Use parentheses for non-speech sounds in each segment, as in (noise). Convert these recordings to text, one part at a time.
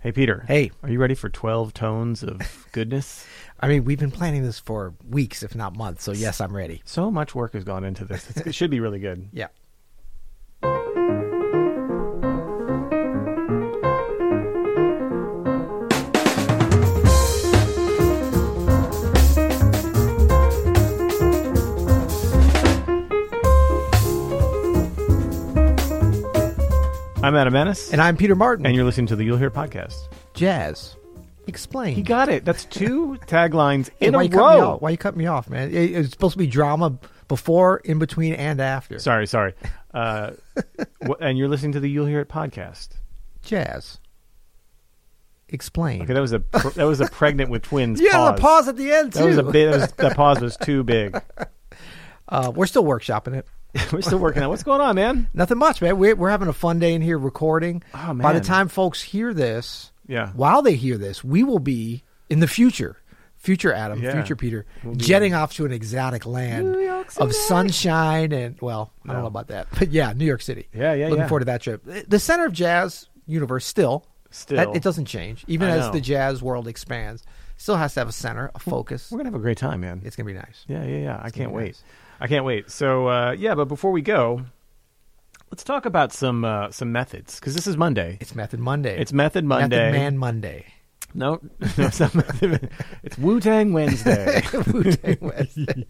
Hey, Peter. Hey. Are you ready for 12 tones of goodness? (laughs) I mean, we've been planning this for weeks, if not months. So yes, I'm ready. so much work has gone into this. It's, it should be really good. Yeah. I'm Adam Menace, And I'm Peter Martin. and you're listening to the You'll Hear podcast. jazz. Explain. He got it. That's two (laughs) taglines Hey, in why a you cut me row. off? Why you cut me off, man? It, it's supposed to be drama before, in between, and after. Sorry, sorry. Uh, wh- and you're listening to the You'll Hear It podcast. Jazz. Explain. Okay, that was a pr- that was a pregnant with twins. (laughs) yeah, pause. the pause at the end too. That was a bit. That, was, that pause was too big. (laughs) Uh, we're still workshopping it. We're still working on what's going on, man. Nothing much, man. We're, we're having a fun day in here recording. Oh, By the man. time folks hear this, Yeah. while they hear this, we will be in the future, future Adam, Yeah. future Peter, We'll be jetting off to an exotic land New York City. of sunshine and well, I No. don't know about that, but yeah, New York City. Yeah, yeah, Looking yeah. forward to that trip. The center of jazz universe still, Still. That- it doesn't change, even I as know. the jazz world expands, still has to have a center, a focus. We're gonna have a great time, man. It's gonna be nice. Yeah, yeah, yeah. I can't be wait. nice. I can't wait. So uh, yeah, but before we go, let's talk about some uh, some methods because this is Monday. It's Method Monday. It's Method Monday. Method Man Monday. No, (laughs) no, it's not Method. It's Wu Tang (laughs) Wednesday. Wu-Tang (laughs) Wednesday.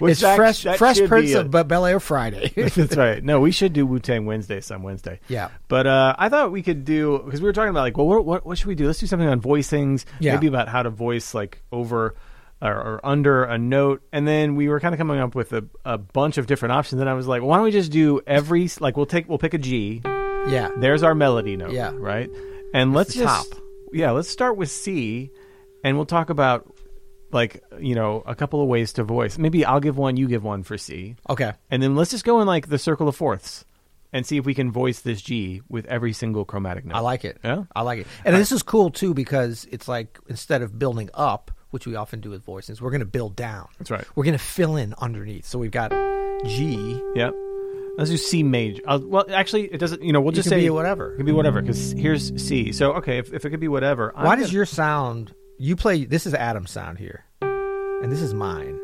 Which it's that- fresh, that fresh should be Prince it. of Bel Air Friday. (laughs) That's right. No, we should do Wu Tang Wednesday some Wednesday. Yeah. But uh, I thought we could do because we were talking about like, well, what, what what should we do? Let's do something on voicings. Yeah. Maybe about how to voice like over or, or under a note, and then we were kind of coming up with a, a bunch of different options. And I was like, why don't we just do every like we'll take we'll pick a G. yeah, There's our melody note. Yeah. Right. And let's the just top. yeah let's start with C, and we'll talk about like you know a couple of ways to voice. Maybe I'll give one, you give one for C. okay, And then let's just go in like the circle of fourths and see if we can voice this G with every single chromatic note. I like it. Yeah? I like it. And this is cool too because it's like instead of building up, which we often do with voices, we're going to build down. That's right. We're going to fill in underneath. So we've got G. Yep. Let's do C major. I'll, well, actually, it doesn't. You know, we'll just can say be whatever. It can be whatever because here's C. So okay, if, if it could be whatever, I'm Why does gonna- your sound? You play. This is Adam's sound here, and this is mine.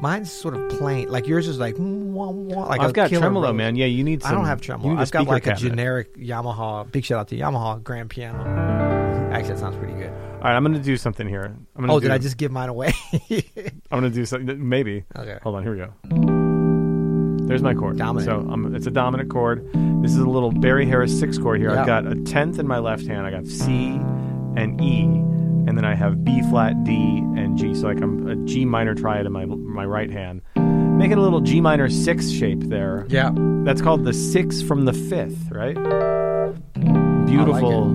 Mine's sort of plain. Like yours is like. Wah, wah, like a I've got killer tremolo, rose. man. Yeah, you need. Some, I don't have you tremolo. need a I've got speaker like a cabinet. generic Yamaha. Big shout out to Yamaha grand piano. Actually, that sounds pretty good. All right, I'm gonna do something here. I'm gonna Oh, do, did I just give mine away? (laughs) I'm gonna do something. Maybe. Okay. Hold on. Here we go. There's my chord. Dominant. So um, it's a dominant chord. This is a little Barry Harris six chord here. I've Yeah. got a tenth in my left hand. I got C and E, and then I have B flat, D, and G. So like I'm a G minor triad in my my right hand. Making a little G minor six shape there. yeah. That's called the six from the fifth, right? Beautiful,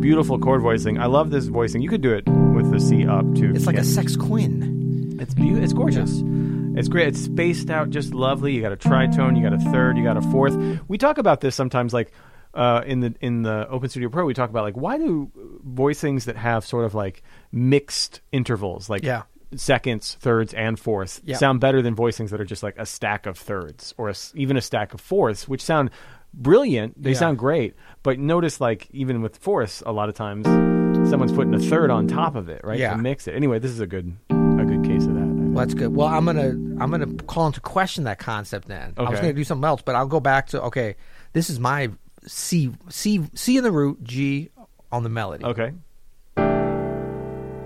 beautiful chord voicing. I love this voicing. You could do it with the C up too. It's like Yeah. a sex quin. It's beautiful. It's gorgeous. It's great. It's spaced out just lovely. You got a tritone. You got a third. You got a fourth. We talk about this sometimes, like uh, in the in the Open Studio Pro. We talk about like why do voicings that have sort of like mixed intervals, like Yeah. seconds, thirds, and fourths, Yeah. sound better than voicings that are just like a stack of thirds or a s even a stack of fourths, which sound brilliant. They Yeah. sound great, but notice like even with fourths, a lot of times someone's putting a third on top of it, right? Yeah. To mix it. Anyway, this is a good a good case of that. I think. Well, that's good. Well, I'm gonna I'm gonna call into question that concept then. I was Okay. gonna do something else, but I'll go back to okay. This is my C C C in the root, G on the melody. Okay.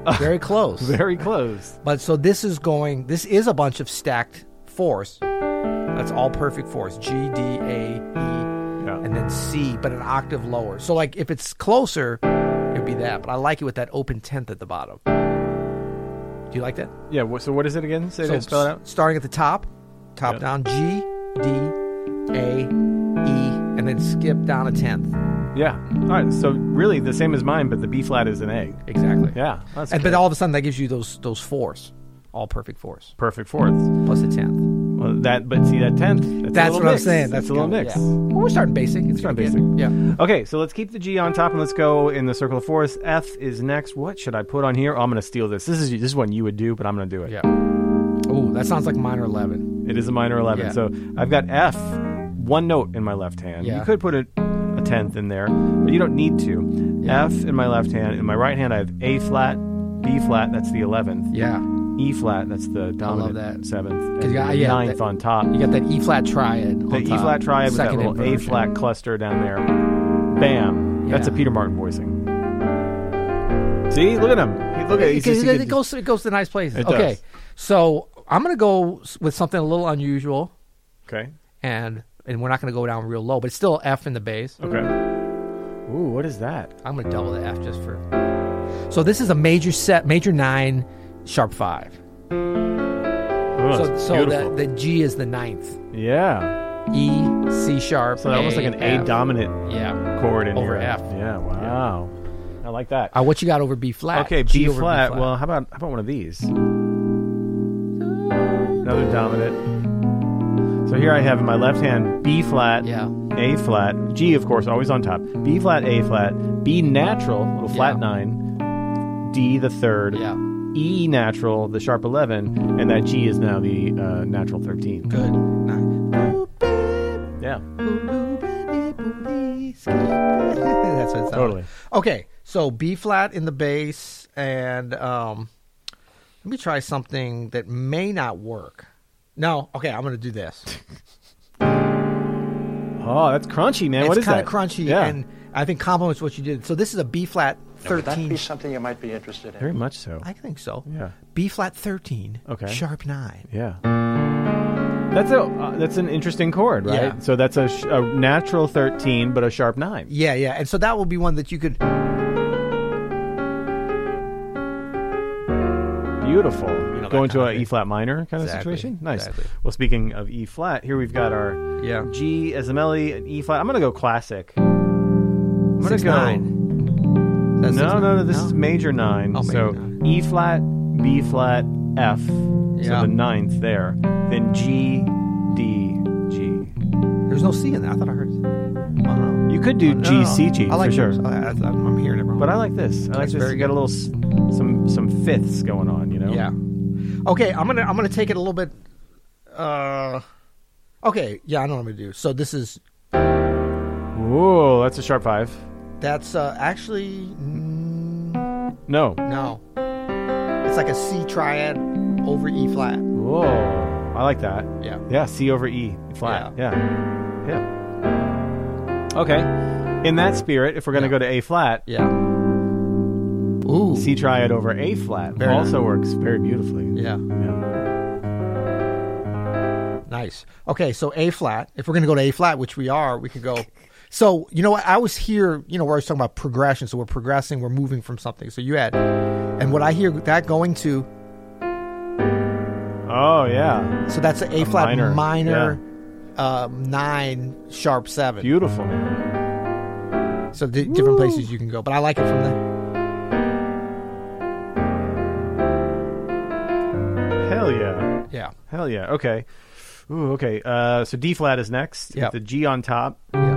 (laughs) Very close. Very close. But so this is going. This is a bunch of stacked fours. That's all perfect fours. G, D, A, E, Yeah. and then C, but an octave lower. So like if it's closer, it'd be that. But I like it with that open tenth at the bottom. Do you like that? Yeah. wh- So what is it again? Say So that. Spell it out. s- starting at the top, top Yep. down. G, D, A, E, and then skip down a tenth. Yeah. All right. So really, the same as mine, but the B flat is an A. Exactly. Yeah. That's And good. but all of a sudden that gives you those those fours, all perfect fours perfect fourth. plus a tenth. Well, that. But see that tenth. That's, That's a what little I'm mix. saying. That's That's a little kinda- mix. yeah. Well, we're starting basic. It's Start gonna be basic. it. Yeah. Okay, so let's keep the G on top and let's go in the circle of fourths. F is next. What should I put on here? Oh, I'm going to steal this. This is this is one you would do, but I'm going to do it. Yeah. Ooh, that sounds like minor eleven. It is a minor 11. Yeah. So I've got F, one note in my left hand. Yeah. You could put a, a a tenth in there, but you don't need to. F in my left hand. In my right hand, I have A flat, B flat. That's the eleventh. Yeah. E flat. That's the dominant that. seventh. 'Cause you And got- yeah, ninth that- on top. You got that E flat triad. The E flat triad with that little A flat cluster down there. Bam. That's a Yeah. Peter Martin voicing. See, look at him. He- Look at he's It, just a it, good- goes, it goes to nice places. It okay. does. So I'm going to go s- with something a little unusual, Okay. and and we're not going to go down real low, but it's still F in the bass. Okay. Ooh, what is that? I'm going to double the F just for. So this is a major set, major nine, sharp five. Oh, so that's so the, beautiful. the G is the ninth. yeah. E, C sharp. So almost like an A F. dominant Yeah. chord in Over your F. Yeah. Wow. I like that. Uh, what you got over B flat? okay, G B over flat. Well, how about how about one of these? Another dominant. So here I have in my left hand B flat, Yeah. A flat, G of course always on top. B flat, A flat, B natural, little flat Yeah. 9, D the third, Yeah. E natural, the sharp 11, and that G is now the uh, natural 13. Good. Yeah. That's what it sounds Totally. like. Okay, so B flat in the bass, and um, let me try something that may not work. No, okay, I'm gonna do this. Oh, that's crunchy, man. what it's is that? kind of crunchy, Yeah. and I think complements what you did. So this is a B flat Would that thirteen. be something you might be interested in? Very much so. I think so. Yeah. B flat thirteen. Okay. Sharp nine. Yeah. That's a uh, that's an interesting chord, right? Yeah. So that's a, sh- a natural 13 but a sharp 9. Yeah, yeah, and so that will be one that you could. Beautiful. know, that Going to kind a of thing. E flat minor kind Exactly, of situation. Nice. exactly. Well, speaking of E flat, here we've got our Yeah. G as a melody and E flat. I'm going to go classic. I'm going to Six go nine. That's No, no, no, this is me. major 9. Oh, major so nine. E flat, B flat, F. So Yeah. the ninth there. Then G, D, G. There's no C in that. I thought I heard. I don't know. You could do No, G, Oh, no, C, G I like for sure. yours. I, I, I'm hearing it wrong. But I like this. I like That's this. very You got a little s- some some fifths going on, you know. Yeah. Okay, I'm gonna I'm gonna take it a little bit. Uh, okay, yeah, I know what I'm gonna do. So this is Whoa, that's a sharp five. that's uh, actually mm, No. no, it's like a C triad over E flat. Whoa, I like that. Yeah. Yeah, C over E flat. Yeah. Yeah. Okay. In that spirit, if we're gonna Yeah. go to A flat, Yeah. Ooh. C triad over A flat Very also works very beautifully. Yeah. Yeah. Nice. Okay, so A flat. If we're going to go to A flat, which we are, we could go. (laughs) So you know what? I was here. You know, we're always talking about progression. So we're progressing. We're moving from something. So you had, and what I hear that going to. Oh yeah. So that's an A flat minor, minor, um, nine sharp seven. Beautiful. man. So di- different places you can go, but I like it from the. Hell yeah. Yeah. Hell yeah. Okay. Ooh, okay. Uh, so D flat is next. Yep. With the G on top. Yeah.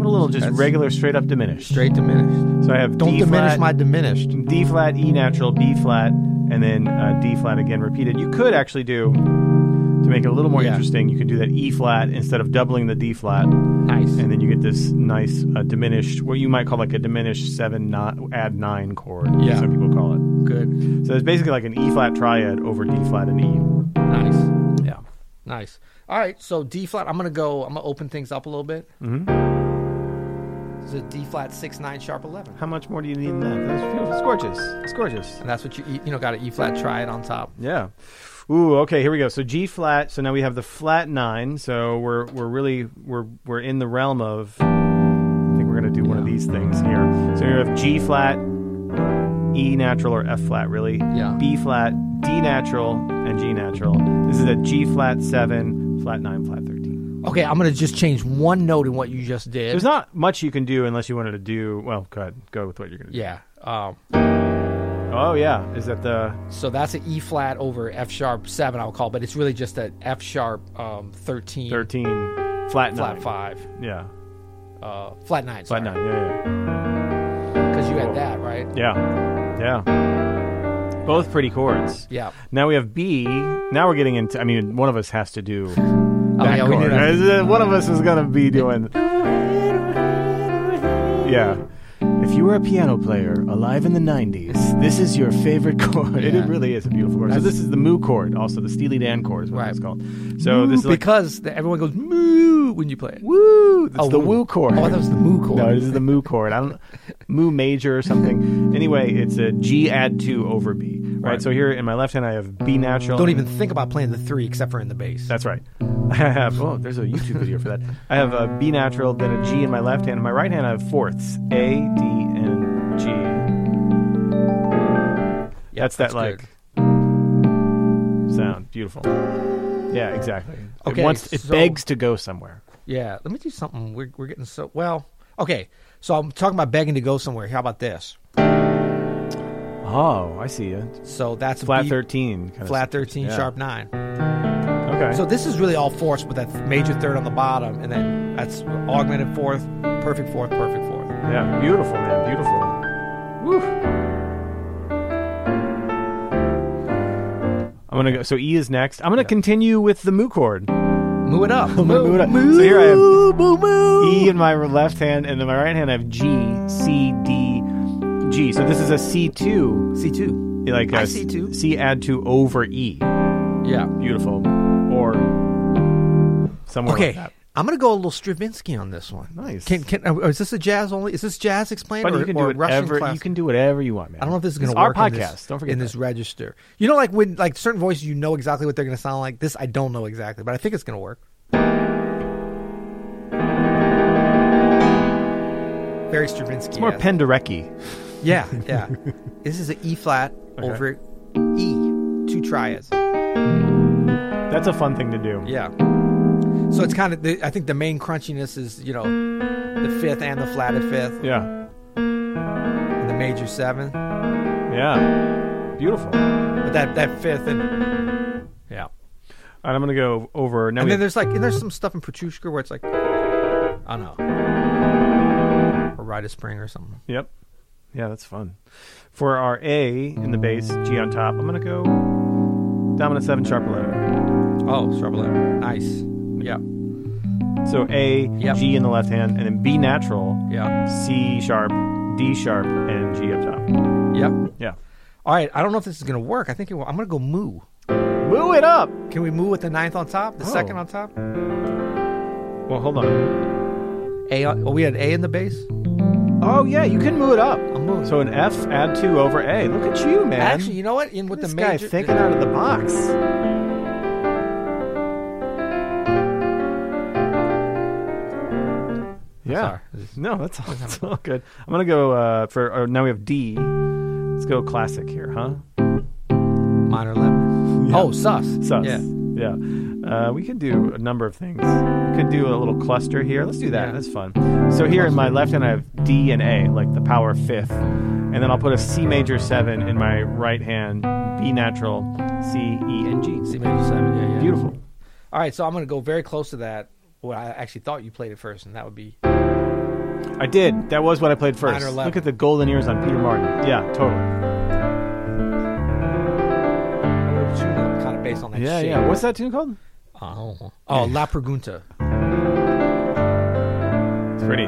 What a little just That's- regular straight up diminished. Straight diminished. So I have Don't D diminish flat, my diminished. D flat, E natural, B flat, and then uh, D flat again repeated. You could actually do to make it a little more Yeah. interesting. You could do that E flat instead of doubling the D flat, Nice. and then you get this nice uh, diminished, what you might call like a diminished seven not add nine chord. Yeah. some people call it. Good. So it's basically like an E flat triad over D flat and E. Nice. Yeah. Nice. All right. So D flat. I'm gonna go. I'm gonna open things up a little bit. Mm-hmm. This is a D flat six nine sharp eleven. How much more do you need than that? That's beautiful. It's gorgeous. It's gorgeous. and that's what you eat. You know, got an E flat triad on top. Yeah. Ooh, okay, here we go. So G flat. So now we have the flat nine. So we're we're really we're we're in the realm of I think we're gonna do one of Yeah. these things here. So you have G flat, E natural or F flat really. Yeah. B flat, D natural, and G natural. This is a G flat seven, flat nine, flat thirteen. Okay, I'm gonna just change one note in what you just did. There's not much you can do unless you wanted to do well, go ahead, go with what you're gonna do. yeah. Um, Oh yeah. Is that the so that's an E flat over F sharp seven, I'll call, but it's really just an F sharp um, thirteen, thirteen flat flat nine. five, Yeah. uh, flat nine, Flat nine, yeah, yeah. yeah. because you Cool. had that right. Yeah. Yeah. Both pretty chords. Yeah. Now we have B. Now we're getting into. I mean, one of us has to do Oh, that yeah, we chord. did that. Uh, One of us is gonna be doing. yeah. If you were a piano player alive in the 90s, this is your favorite chord. It Yeah. really is a beautiful chord. so That's- this is the moo chord, also the Steely Dan chord is what Right. it's called. So this is like because the, everyone goes moo when you play it. woo. It's Oh, the woo. woo chord. Oh, that was the moo chord. No, this is the moo chord. I don't moo major or something. Anyway, it's a G add two over B. Right. So here in my left hand, I have B natural. Don't even think about playing the three except for in the bass. That's right. (laughs) I have. Oh, there's a YouTube video for that. I have a B natural, then a G in my left hand. In my right hand, I have fourths A, D, and G. Yeah, that's that that's like sound. Beautiful. Yeah, exactly. Okay, it wants it so- begs to go somewhere. Yeah, let me do something. We're, we're getting so well. Okay, so I'm talking about begging to go somewhere. How about this? Oh, I see it. So that's a Flat B- thirteen. Kind flat thirteen, Yeah. sharp nine. Okay. So this is really all fourths with that major third on the bottom, and then that's augmented fourth, perfect fourth, perfect fourth. yeah, beautiful, man. Beautiful. I'm gonna go. So E is next. I'm gonna continue with the moo chord. E Move (laughs) it up. Moo, move it up. moo, So here I have moo, moo. E in my left hand, and in my right hand I have G, C, D, G. So this is a C two, C two. like I a see two. C add two over E. Yeah. Beautiful, or somewhere. like Okay. that. I'm gonna go a little Stravinsky on this one. Nice. Can, can uh, is this a jazz only? Is this jazz explained but or, you can or do Russian whatever classical? you can do whatever you want, man. I don't know if this is going It's to work. Our in podcast. this- don't forget in that. this register. You know, like when like certain voices, you know exactly what they're going to sound like. This, I don't know exactly, but I think it's going to work. Very Stravinsky. It's more Penderecki. Yeah, (laughs) yeah. this is an E flat over E, two triads. That's a fun thing to do. Yeah. So it's kind of. The, I think the main crunchiness is you know the fifth and the flatted fifth, Yeah. and the major seven, Yeah. Beautiful. And but that that fifth and yeah. I'm gonna go over now. And we then there's like, and there's some stuff in Petrushka where it's like, I don't know, or Rite of Spring or something. Yep. Yeah, that's fun. For our A in the bass, G on top, I'm gonna go dominant seven, sharp eleven. Oh, Strawberry. Nice. Yeah. So A, Yep. G in the left hand, and then B natural, Yeah. C sharp, D sharp, and G up top. Yep. Yeah. All right. I don't know if this is gonna work. I think it will. I'm gonna go moo. Move it up. Can we moo with the ninth on top, the Oh. second on top? Well, hold on. A. On, oh, we had A in the bass. Oh yeah, you can move it up. I'll move it. So an F add two over A. Look at you, man. Actually, you know what? In with Look at the this major. guy thinking out of the box. Yeah. Sorry. No, that's all, that's all good. I'm gonna go uh, for or now we have D. Let's go classic here, huh? minor left. Oh, sus. Sus. Yeah. Yeah. Uh, we could do a number of things. We could do a little cluster here. Let's do that. Yeah. That's fun. So here in my left hand, I have D and A, like the power fifth, and then I'll put a C major seven in my right hand, B natural, C, E, and G. C major seven. Yeah, yeah. Beautiful. All right. So I'm gonna go very close to that. What I actually thought you played it first, and that would be I did. That was what I played first. Minor left. Look at the golden ears on Peter Martin. Yeah, totally. kind of based on that. Yeah, shape. yeah. What's that tune called? Oh, oh, La Pregunta. It's pretty.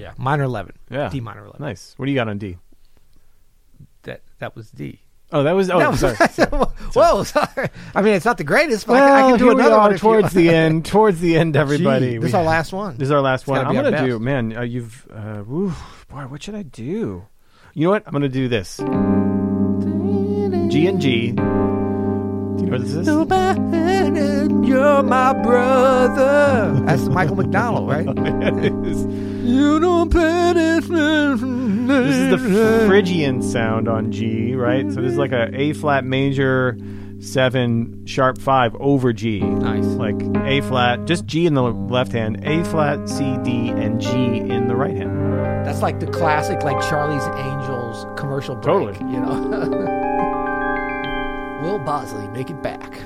Yeah, minor eleven. Yeah. D minor eleven. Nice. What do you got on D? That that was D. Oh, that was. Oh, That was- (laughs) sorry. Whoa, sorry. I mean, it's not the greatest, but I can- Well, I can do here we another are one if you towards want. the end. Towards the end, everybody. (laughs) Gee, We- this is our last one. This is our last one. gotta I'm be our gonna do, best. man. Uh, you've, uh, woo, boy, what should I do? You know what? I'm gonna do this. G and G. Do you know what this is? (laughs) Nobody, You're my brother. That's Michael McDonald, right? (laughs) this You don't pay this. This is the Phrygian sound on G, right? So this is like a A flat major seven sharp five over G. Nice. Like A flat, just G in the left hand, A flat, C, D, and G in the right hand. That's like the classic, like Charlie's Angels commercial break. Totally. You know. (laughs) Will Bosley make it back?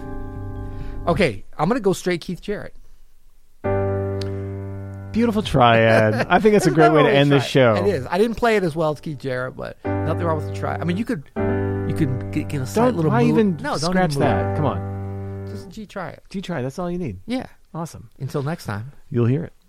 Okay, I'm gonna go straight Keith Jarrett. Beautiful triad. I think (laughs) it's a great way to end this show. It is. I didn't play it as well as Keith Jarrett, but nothing wrong with the try. I mean, you could, you could get, get a slight Don't little. why move. even no, don't scratch even move. that. Come on, Just G try it. G try. That's all you need. Yeah. Awesome. Until next time. You'll hear it.